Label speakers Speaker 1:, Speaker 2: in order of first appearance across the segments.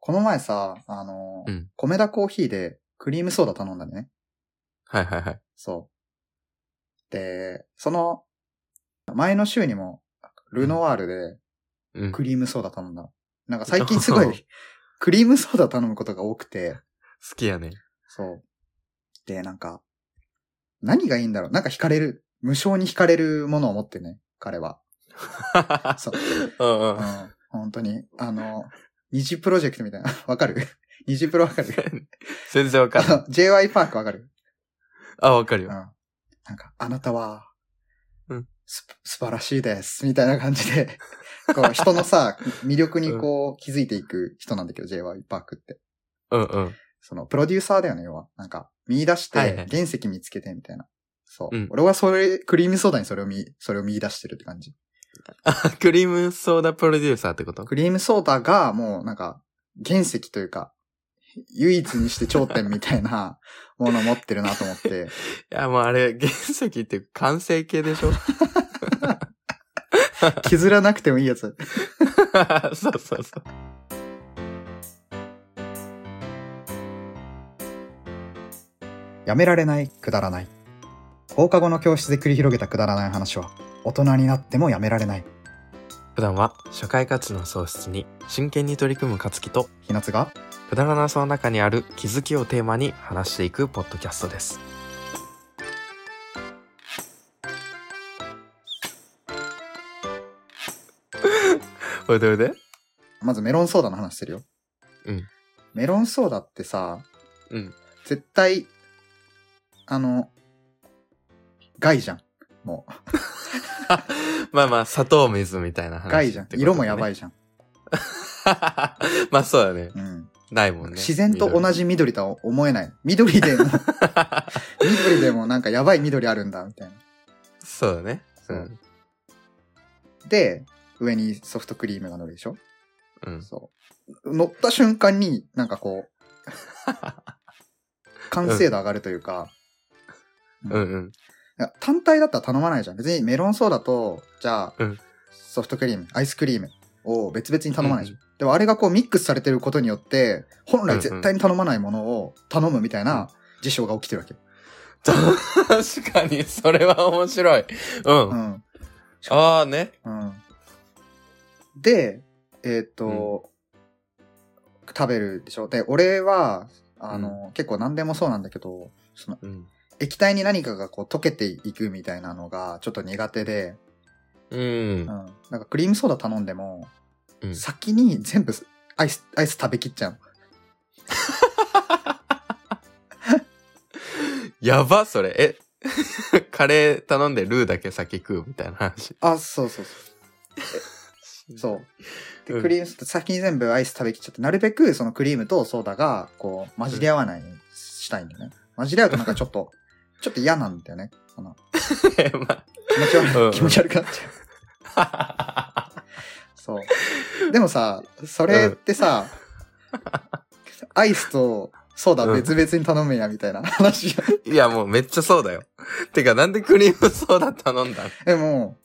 Speaker 1: この前さ、あのー、
Speaker 2: うん
Speaker 1: 米田コーヒーでクリームソーダ頼んだんだよね。
Speaker 2: はいはいはい。
Speaker 1: そう。で、その、前の週にも、ルノワールで
Speaker 2: うん
Speaker 1: ク。リームソーダ頼んだの。なんか最近すごい、クリームソーダ頼むことが多くて、
Speaker 2: 好きや ね。
Speaker 1: そう。で、なんか、何がいいんだろうなんか惹かれる、無性に惹かれるものを持ってね、彼は。そう。
Speaker 2: うんう
Speaker 1: うんん。本当に、あの、二次プロジェクトみたいな。わかる二次プロわかる
Speaker 2: 全然わ か
Speaker 1: あ
Speaker 2: んない。
Speaker 1: の ?JY パークわかる
Speaker 2: あ、わかる
Speaker 1: うん。
Speaker 2: よ。
Speaker 1: なんか、あなたは、
Speaker 2: うん
Speaker 1: す、素晴らしいです。みたいな感じで、 こう、人のさ、魅力にこう、気づいていく人なんだけど、JY パークって。
Speaker 2: うんうん。
Speaker 1: その、プロデューサーだよね、要は。なんか、見出し
Speaker 2: はいは
Speaker 1: て
Speaker 2: い、
Speaker 1: 原石見つけて、みたいな。そう。
Speaker 2: うん
Speaker 1: 俺はそれ、クリームソーダにそれを見、それを見出してるって感じ。
Speaker 2: クリームソーダプロデューサーってこと
Speaker 1: クリームソーダが、もう、なんか、原石というか、唯一にして頂点みたいなものを持ってるなと思 って。
Speaker 2: いや、もうあれ、原石って完成形でしょ
Speaker 1: 削らなくてもいいやつ。
Speaker 2: そうそうそう。
Speaker 1: やめられない、くだらない。放課後の教室で繰り広げたくだらない話は、大人になってもやめられない。
Speaker 2: 普段は、社会価値の創出に真剣に取り組む勝樹と、
Speaker 1: ひなつが、
Speaker 2: くだらなさの中にある気づきをテーマに話していくポッドキャスト です。おいでおいで。
Speaker 1: まずメロンソーダの話してるよ。
Speaker 2: うん。
Speaker 1: メロンソーダってさ、
Speaker 2: うん。
Speaker 1: 絶対、あの、害じゃん。も
Speaker 2: まあまあ、砂糖水みたいな
Speaker 1: う、
Speaker 2: 話。
Speaker 1: 害じゃん。色もやば
Speaker 2: い。
Speaker 1: いじゃん。
Speaker 2: まあそうだね。
Speaker 1: うん。
Speaker 2: ないもんね。
Speaker 1: 自然と同
Speaker 2: じ。
Speaker 1: じ緑とは思えない。緑でも、緑でもなんかやばい緑あるんだ、みたいな。
Speaker 2: そうだね。うん。
Speaker 1: で、上にソフトクリームが乗るでしょ
Speaker 2: うん。
Speaker 1: そう。乗った瞬間に、なんか こう、完成度上がるというか、
Speaker 2: うんうん。
Speaker 1: いや単体だったら頼まないじゃん。別にメロンソーダと、じゃあ、
Speaker 2: うん
Speaker 1: ソフトクリーム、アイスクリームを別々に頼まないじゃん。でもあれがこうミックスされてることによって、本来絶対に頼まないものを頼むみたいな事象が起きてるわけ。
Speaker 2: 確かに、それは面白い。うん。
Speaker 1: う
Speaker 2: あ
Speaker 1: ん。
Speaker 2: あね。
Speaker 1: うん。で、えーっと、食べるでしょ。で、俺は、あの、結構何でもそうなんだけど、その
Speaker 2: うん。
Speaker 1: 液体に何かがこう溶けていくみたいなのがちょっと苦手で、
Speaker 2: うん
Speaker 1: うん。。なんかクリームソーダ頼んでも、
Speaker 2: うん
Speaker 1: 先に全部アイス、アイス食べきっちゃう。
Speaker 2: やば、それ。え、 カレー頼んでルーだけ先食うみたいな話。
Speaker 1: あ、そうそうそう。そう。で、クリームソーダ、先に全部アイス食べきっちゃって、なるべくそのクリームとソーダが、こう、混じり合わないようにしたいんだよね。混じり合うとなんかちょっと、ちょっと嫌なんだよね。この
Speaker 2: ーム。
Speaker 1: 気持ち
Speaker 2: うんう
Speaker 1: 悪い、
Speaker 2: ん
Speaker 1: 気持ち悪くなっちゃう。そう。でもさ、それってさ、アイスとソーダ別々に頼むんや、みたいな話が。
Speaker 2: いや、もうめっちゃそうだよ。てか、なんでクリームソーダ頼んだ
Speaker 1: でも、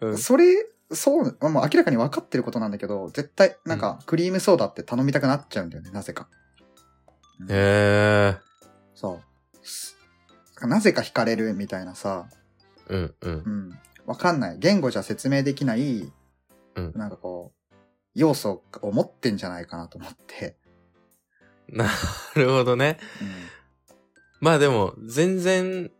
Speaker 2: のうん。
Speaker 1: それ、そう、まあもう明らかに分かってることなんだけど、絶対、なんか、クリームソーダって頼みたくなっちゃうんだよね、なぜか。
Speaker 2: え
Speaker 1: そうす。なぜか惹かれるみたいなさ、
Speaker 2: ー。うんうん。
Speaker 1: うん。わかんない。言語じゃ説明できない、
Speaker 2: うん
Speaker 1: なんかこう、要素を持ってんじゃないかなと思って。
Speaker 2: なるほどね。まあでも、全然、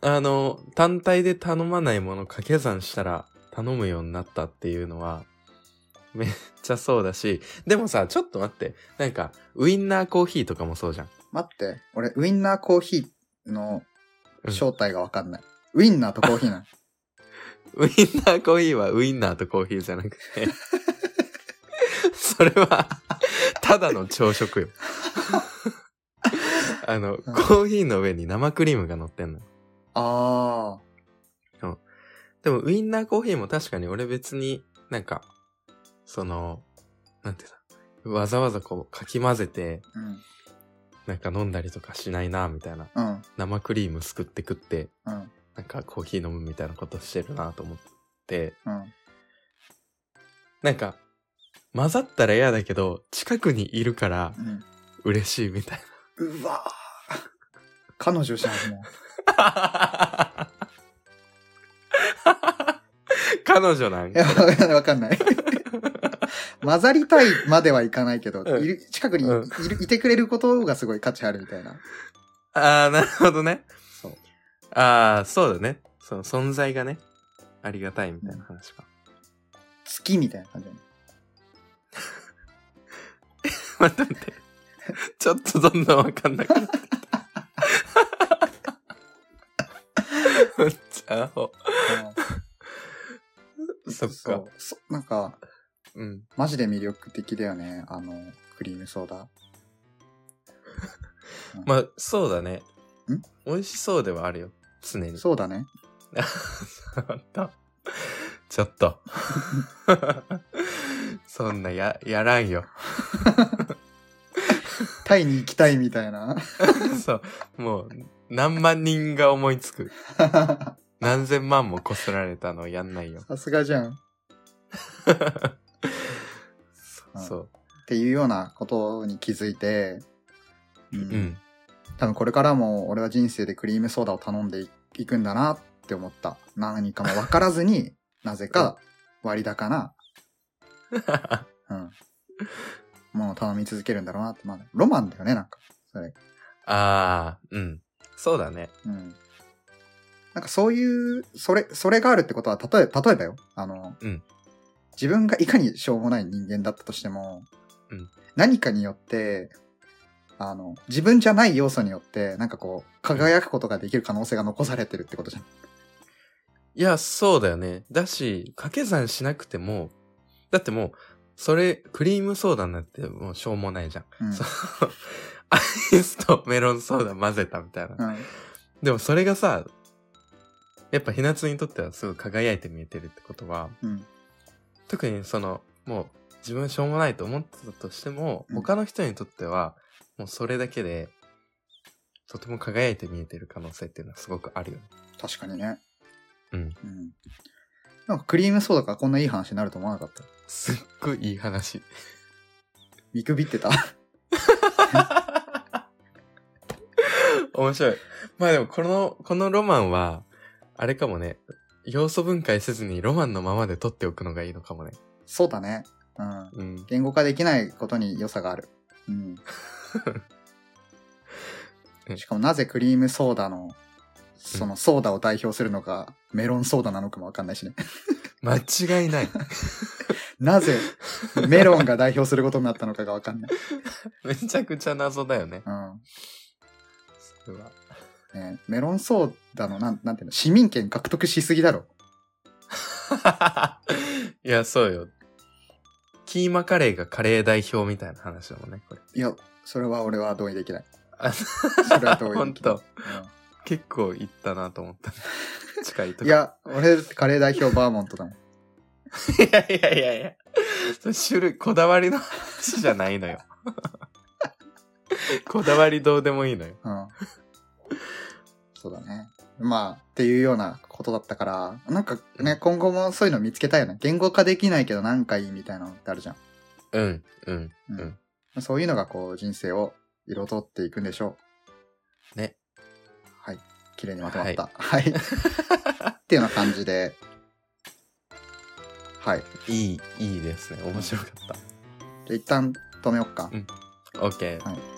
Speaker 2: あの、単体で頼まないもの掛け算したら頼むようになったっていうのは、 めっちゃそうだし、でもさ、ちょっと待って、なんか、ウインナーコーヒーとかもそうじゃん。
Speaker 1: 待って、俺、ウインナーコーヒーの
Speaker 2: うん
Speaker 1: 正体がわかんない。ウインナーとコーヒーなの。
Speaker 2: ウインナーコーヒーはウインナーとコーヒーじゃなくて、それは、ただの朝食よ。 あの、コーヒーの上に生クリームが乗ってんの。
Speaker 1: あ
Speaker 2: でも、ウインナーコーヒーも確かに俺別になんか、その、なんていうんだ、わざわざこう、かき混ぜて、
Speaker 1: ー。うん。
Speaker 2: なんか飲んだりとかしないな、みたいな。
Speaker 1: うん。
Speaker 2: 生クリームすくって食って、
Speaker 1: うん。
Speaker 2: なんかコーヒー飲むみたいなことしてるなと思って、
Speaker 1: うん。
Speaker 2: なんか、混ざったら嫌だけど、近くにいるから
Speaker 1: うん。
Speaker 2: 嬉しいみたいう
Speaker 1: わぁ彼女じゃん、も
Speaker 2: な。彼女なん
Speaker 1: う。いや、
Speaker 2: か。
Speaker 1: わかんない、わかん ない。混ざりたいまではいかないけど、
Speaker 2: うん
Speaker 1: いる近くにい,、
Speaker 2: うん
Speaker 1: るいてくれることがすごい価値あるみたいな。
Speaker 2: ああ、なるほどね。
Speaker 1: そう。
Speaker 2: ああ、そうだね。その存在がね、ありがたいみたいな話か。
Speaker 1: 月みたいな感じだね。
Speaker 2: 待って待って。ちょっとどんどんわかんなくなってきた。 めっちゃアホ。
Speaker 1: うん
Speaker 2: そっか
Speaker 1: うそなんか、
Speaker 2: うん。
Speaker 1: マジで魅力的だよね。あの、クリームソーダ。
Speaker 2: まあ、そうだね。
Speaker 1: ん
Speaker 2: 美味しそうではあるよ。常に。
Speaker 1: そうだね。
Speaker 2: あった。ちょっと。 そんなや、やらんよ。
Speaker 1: タイに行きたいみたいな。
Speaker 2: そう。もう、何万人が思いつく。何千万もこすられたのやんないよ。
Speaker 1: さすがじゃん。っ
Speaker 2: そうそう。
Speaker 1: ていうようなことに気づいて、うん
Speaker 2: うん。
Speaker 1: 多分これからも俺は人生でクリームソーダを頼んでいいくんだなって思った。何かも分からずになぜか割高な、うん、ものを頼み続けるんだろうなって。まあ、ロマンだよね、なんか。それ。
Speaker 2: ああ、うん。そうだね。
Speaker 1: うん。なんかそういう、それ、それがあるってことは、例え、例えばよ。あの、
Speaker 2: うん
Speaker 1: 自分がいかにしょうもない人間だったとしても、
Speaker 2: うん
Speaker 1: 何かによって、あの、自分じゃない要素によって、なんかこう、輝くことができる可能性が残されてるってことじゃん。
Speaker 2: いや、そうだよね。だし、掛け算しなくても、だってもう、それ、クリームソーダになってもうしょうもないじゃん。
Speaker 1: うん。
Speaker 2: そうアイスとメロンソーダ混ぜたみたいな。
Speaker 1: うん
Speaker 2: でもそれがさ、やっぱひなつにとってはすごい輝いて見えてるってことは、
Speaker 1: うん。
Speaker 2: 特にその、もう自分しょうもないと思ってたとしても、
Speaker 1: うん
Speaker 2: 他の人にとっては、もうそれだけで、とても輝いて見えてる可能性っていうのはすごくあるよね。
Speaker 1: 確かにね。
Speaker 2: うん
Speaker 1: うん。なんかクリームソーダがこんないい話になると思わなかった。
Speaker 2: すっごいいい話。
Speaker 1: 見くびってた。
Speaker 2: 面白い。まあでもこの、このロマンは、あれかもね、要素分解せずにロマンのままで取っておくのがいいのかもね。
Speaker 1: そうだね。うん。
Speaker 2: うん。
Speaker 1: 言語化できないことに良さがある。うん。
Speaker 2: うん
Speaker 1: しかもなぜクリームソーダの、そのソーダを代表するのか、メロンソーダなのかもわかんないしね。
Speaker 2: 間違い ない。
Speaker 1: なぜメロンが代表することになったのかがわかんない。
Speaker 2: めちゃくちゃ謎だよね。
Speaker 1: うん。
Speaker 2: それは
Speaker 1: ねメロンソーダの、なん、なんていうの、市民権獲得しすぎだろ。
Speaker 2: いや、そうよ。キーマカレーがカレー代表みたいな話だもんね、これ。
Speaker 1: いや、それは俺は同意できない。
Speaker 2: あ
Speaker 1: それは 同
Speaker 2: ほ
Speaker 1: 意
Speaker 2: ん
Speaker 1: できない。
Speaker 2: と、結構いったなと思 った、ね。近いと
Speaker 1: う
Speaker 2: こ
Speaker 1: んい、や、俺、カレー代表バーモントだもん。
Speaker 2: いやいやいやいや。それ種類、こだわりの話じゃない のよ。こだわりどうでもいいのよ。
Speaker 1: うん。そうだね。まあ、っていうようなことだったから、なんかね、今後もそういうの見つけたいよね。言語化できないけどなんかいいみたいなのってあるじゃん。
Speaker 2: うん、うん。
Speaker 1: うん。そういうのがこう、人生を彩っていくんでしょう。
Speaker 2: ね。
Speaker 1: はい。綺麗にまとまった。はい。っていうような感じで。はい。
Speaker 2: いい、いいですね。面白かっ
Speaker 1: じゃあ一旦止めよっか。
Speaker 2: た。オッケー。
Speaker 1: はい